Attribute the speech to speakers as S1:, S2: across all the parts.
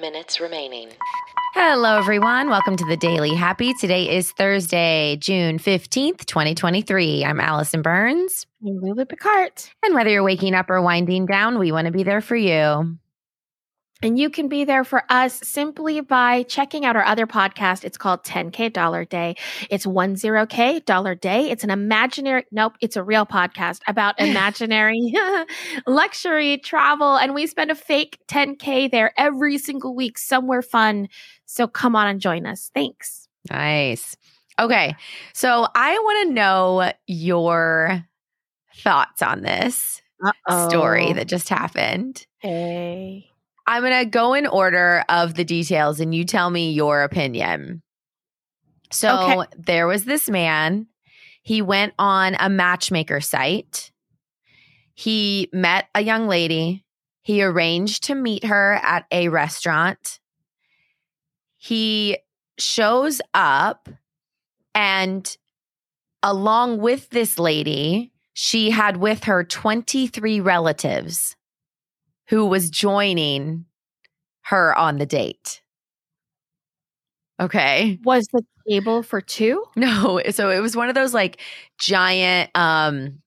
S1: minutes remaining.
S2: Hello, everyone. Welcome to the Daily Happy. Today is Thursday, June 15th, 2023. I'm Allison Burns.
S3: Lulu Picard.
S2: And whether you're waking up or winding down, we want to be there for you.
S3: And you can be there for us simply by checking out our other podcast. It's called 10K Dollar Day. It's 10K Dollar Day. It's an imaginary, nope, it's a real podcast about imaginary luxury travel. And we spend a fake 10K there every single week somewhere fun. So come on and join us. Thanks.
S2: Nice. Okay. So I want to know your thoughts on this
S3: Oh.
S2: story that just happened.
S3: Okay.
S2: I'm going to go in order of the details and you tell me your opinion. So there was this man. He went on a matchmaker site. He met a young lady. He arranged to meet her at a restaurant. He shows up and along with this lady, she had with her 23 relatives who was joining her on the date. Okay.
S3: Was the table for two?
S2: No, so it was one of those like giant um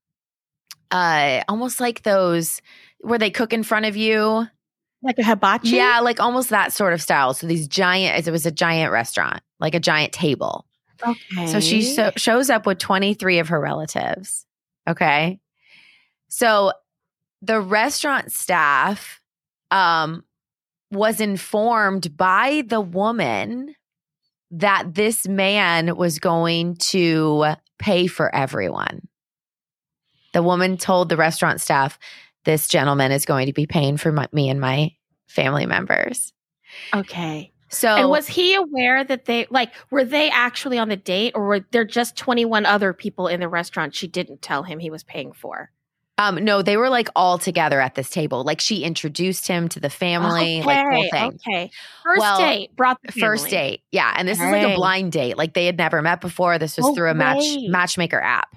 S2: uh almost like those where they cook in front of you.
S3: Like a hibachi?
S2: Yeah, like almost that sort of style. So these giant it was a giant restaurant, like a giant table.
S3: Okay.
S2: So she so- shows up with 23 of her relatives. Okay. So the restaurant staff um, was informed by the woman that this man was going to pay for everyone. The woman told the restaurant staff, This gentleman is going to be paying for my, me and my family members.
S3: Okay.
S2: So,
S3: And was he aware that they like were they actually on the date or were there just 21 other people in the restaurant she didn't tell him he was paying for?
S2: Um, no, they were like all together at this table. Like she introduced him to the family, like whole thing.
S3: Okay. First
S2: Well,
S3: date brought the
S2: First
S3: family.
S2: date, yeah, and this is like a
S3: Dang.
S2: blind date. Like they had never met before. This was
S3: No
S2: through a match
S3: way.
S2: matchmaker app.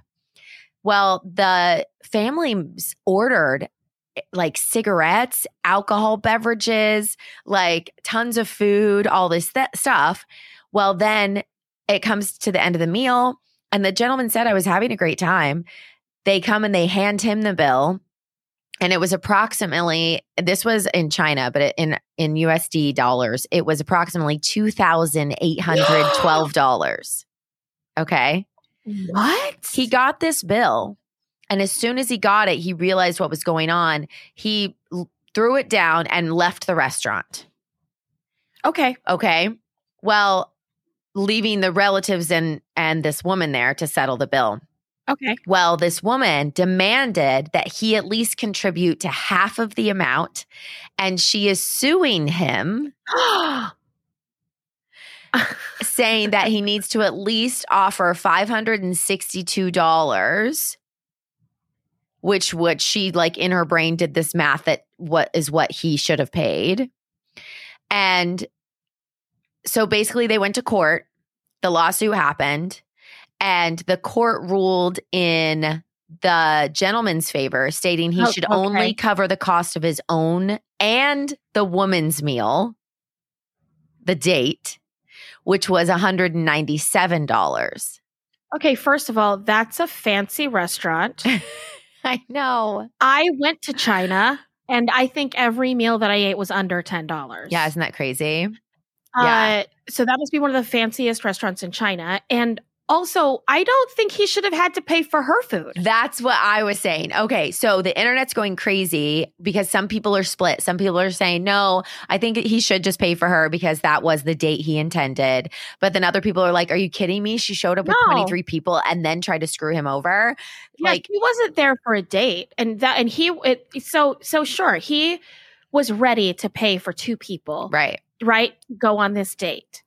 S2: Well, the families ordered eh, like cigarettes, alcohol beverages, like tons of food, all this th- stuff. Well, then it comes to the end of the meal, and the gentleman said, "I was having a great time." They come and they hand him the bill and it was approximately this was in China, but it, in in USD dollars, it was approximately two thousand eight hundred twelve dollars. Okay,
S3: Mm-hmm. What?
S2: he got this bill, and as soon as he got it, he realized what was going on. He l- threw it down and left the restaurant.
S3: Okay.
S2: Okay, well, leaving the relatives and and this woman there to settle the bill.
S3: Okay.
S2: Well, this woman demanded that he at least contribute to half of the amount, and she is suing him, saying that he needs to at least offer $562, which what she like in her brain did this math that what is what he should have paid. And so basically they went to court. The lawsuit happened and the court ruled in the gentleman's favor, stating he
S3: Oh,
S2: should
S3: okay.
S2: only cover the cost of his own and the woman's meal, the date, which was $197.
S3: okay, first of all, that's a fancy restaurant.
S2: I know.
S3: I went to China and I think every meal that I ate was under $10.
S2: Yeah, isn't that crazy? Yeah.
S3: Uh, so that must be one of the fanciest restaurants in China. And also, I don't think he should have had to pay for her food.
S2: That's what I was saying. Okay, so the internet's going crazy because some people are split. Some people are saying, no, I think he should just pay for her because that was the date he intended. But then other people are like, are you kidding me? She showed up with
S3: No.
S2: 23 people and then tried to screw him over.
S3: Yeah,
S2: Like-
S3: he wasn't there for a date, and that and he it, so so sure he was ready to pay for two people,
S2: Right.
S3: right? Go on this date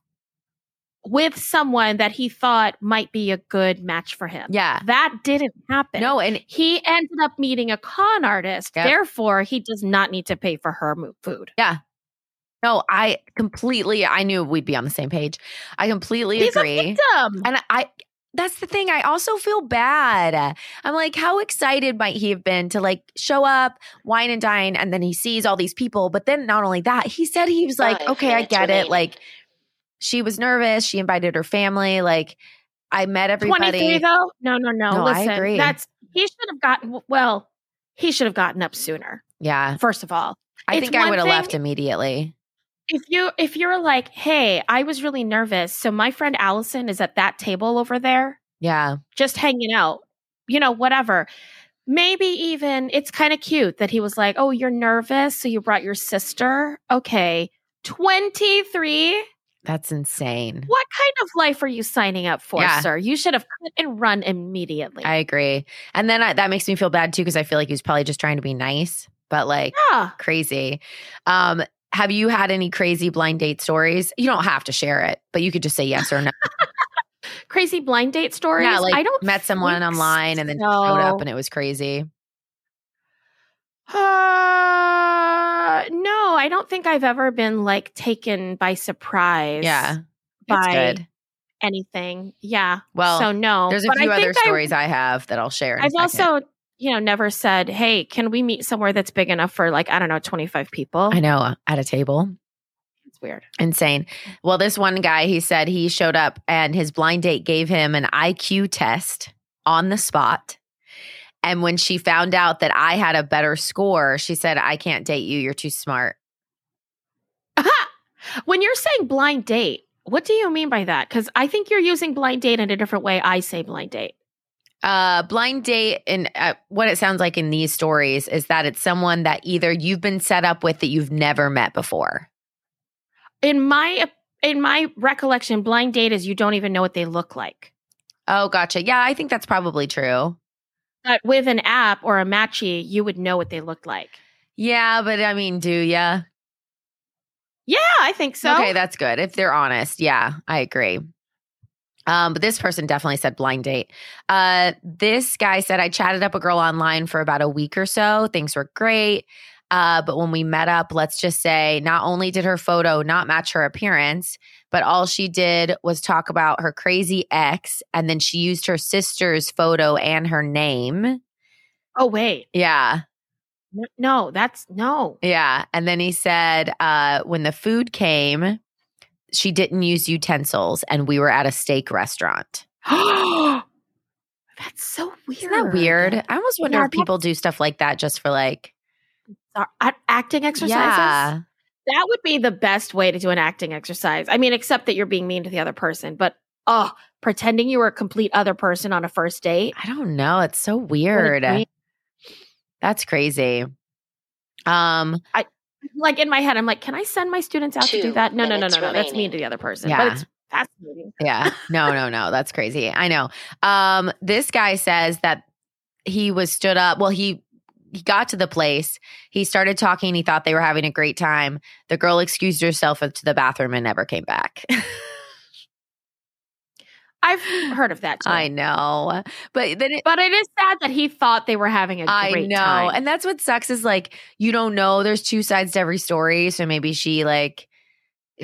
S3: with someone that he thought might be a good match for him.
S2: Yeah.
S3: That didn't happen.
S2: No, and
S3: He ended up meeting a con artist.
S2: Yep.
S3: Therefore, he does not need to pay for her mo- food.
S2: no, I completely, I knew we'd be on the same page. I completely
S3: He's a
S2: agree.
S3: victim.
S2: And I, that's the thing. I also feel bad. I'm like, how excited might he have been to like show up, wine and dine, and then he sees all these people. But then not only that, he said he was like,
S1: Five
S2: okay, I
S1: minutes
S2: get it.
S1: remaining.
S2: Like, she was nervous. She invited her family. Like, I met
S3: 23
S2: everybody.
S3: though? No, no, no.
S2: No, I
S3: Listen,
S2: agree.
S3: that's he should have gotten well, he should have gotten up sooner.
S2: Yeah.
S3: First of all,
S2: I
S3: It's
S2: think I
S3: one
S2: would have
S3: thing-
S2: left immediately.
S3: if you if you're like, "Hey, I was really nervous, so my friend Allison is at that table over there,
S2: Yeah.
S3: just hanging out." You know, whatever. Maybe even it's kind of cute that he was like, "Oh, you're nervous, so you brought your sister." Okay. 23
S2: That's insane.
S3: What kind of life are you signing up for,
S2: Yeah.
S3: sir? You should have cut and run immediately.
S2: I agree. And then I, that makes me feel bad too because I feel like he was probably just trying to be nice, but like
S3: yeah.
S2: crazy. Um, have you had any crazy blind date stories? You don't have to share it, but you could just say yes or no.
S3: crazy blind date stories.
S2: yeah, like
S3: I don't
S2: met someone
S3: think
S2: online and then just showed
S3: so.
S2: up and it was crazy.
S3: Uh, no, I don't think I've ever been like taken by surprise.
S2: Yeah, that's
S3: by
S2: good.
S3: anything. Yeah.
S2: Well,
S3: so no,
S2: There's a
S3: But
S2: few
S3: I
S2: other
S3: think I-
S2: stories I, have that I'll share. In a
S3: I've
S2: second.
S3: also, you know, never said, "Hey, can we meet somewhere that's big enough for like I don't know, twenty five people?"
S2: I know uh, at a table.
S3: It's weird.
S2: Insane. Well, this one guy, he said he showed up and his blind date gave him an IQ test on the spot. And when she found out that I had a better score, she said, I can't date you. You're too smart.
S3: When you're saying blind date, what do you mean by that? Because I think you're using blind date in a different way. I say blind date.
S2: Uh, blind date, and uh, what it sounds like in these stories is that it's someone that either you've been set up with that you've never met before.
S3: In my in my recollection, blind date is you don't even know what they look like.
S2: Oh, gotcha. Yeah, I think that's probably true.
S3: But with an app or a matchy, you would know what they looked like.
S2: Yeah, but I mean, do ya?
S3: Yeah, I think so.
S2: okay, that's good. If they're honest, yeah, I agree. Um, but this person definitely said blind date. Uh, this guy said I chatted up a girl online for about a week or so. Things were great. Uh, but when we met up, let's just say not only did her photo not match her appearance, but all she did was talk about her crazy ex, and then she used her sister's photo and her name.
S3: oh wait,
S2: Yeah.
S3: N- no, that's no.
S2: Yeah. And then he said, uh, when the food came, she didn't use utensils and we were at a steak restaurant.
S3: that's so weird.
S2: Isn't that weird? I almost wonder
S3: Yeah,
S2: if people do stuff like that just for like
S3: Are- are- Acting exercises.
S2: Yeah.
S3: That would be the best way to do an acting exercise. I mean, except that you're being mean to the other person. But oh, pretending you were a complete other person on a first date.
S2: I don't know. It's so
S3: what a
S2: weird.
S3: dream.
S2: That's crazy. Um,
S3: Like in my head, I'm like, can I send my students out to do
S1: Two
S3: that? No, no, no, no,
S1: minutes
S3: no. That's mean
S1: remaining.
S3: to the other person.
S2: Yeah.
S3: But it's fascinating.
S2: yeah. No, no, no. That's crazy. I know. Um, this guy says that he was stood up. Well, he he got to the place. He started talking. He thought they were having a great time. The girl excused herself to the bathroom and never came back.
S3: I've heard of that. Too.
S2: I know. But then it,
S3: But it is sad that he thought they were having a
S2: I
S3: great
S2: know.
S3: time.
S2: And that's what sucks is like you don't know. There's two sides to every story. So maybe she like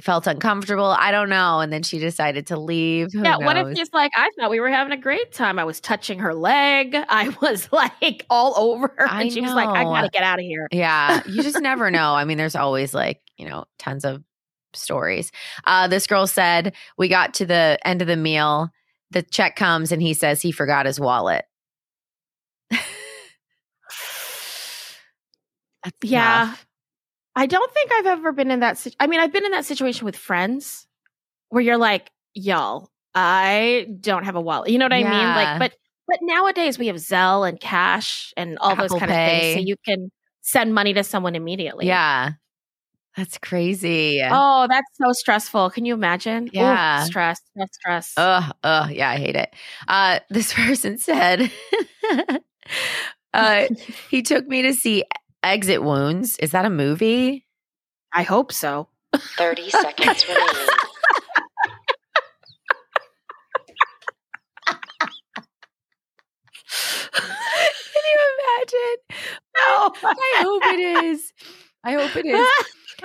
S2: felt uncomfortable. I don't know. And then she decided to leave. Who
S3: yeah, what if
S2: knows?
S3: he's like, I thought we were having a great time. I was touching her leg. I was like all over. her,"
S2: I
S3: and she was like, I
S2: know.
S3: gotta get out of here.
S2: Yeah, you just never know. I mean, there's always like, you know, tons of stories. Uh, this girl said, We got to the end of the meal. The check comes and he says he forgot his wallet. That's
S3: Yeah.
S2: rough.
S3: I don't think I've ever been in that situation. I mean, I've been in that situation with friends where you're like, y'all, I don't have a wallet. You know what I mean?
S2: Yeah.
S3: Like, but but nowadays we have Zelle and cash and all
S2: Apple
S3: those kind of
S2: Pay.
S3: things. So you can send money to someone immediately.
S2: Yeah. That's crazy.
S3: Oh, that's so stressful. Can you imagine? Ooh,
S2: Yeah.
S3: stress, stress, stress.
S2: Oh, oh, yeah, I hate it. Uh, this person said, uh, he took me to see Exit Wounds. Is that a movie?
S3: I hope so.
S1: 30 seconds remaining.
S2: Can you imagine?
S3: No.
S2: I hope it is. I hope it is.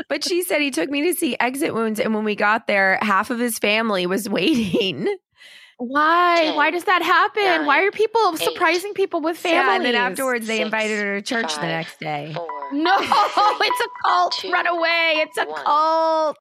S2: But she said he took me to see exit wounds. And when we got there, half of his family was waiting.
S3: Why?
S1: Ten,
S3: Why does that happen?
S1: nine,
S3: Why are people
S1: eight,
S3: surprising people with families?
S2: Yeah, and then afterwards they
S1: Six,
S2: invited her to church the
S1: five,
S2: next day.
S1: Four.
S3: No, Oh, it's a cult.
S1: Two,
S3: Run away. It's a
S1: one.
S3: cult.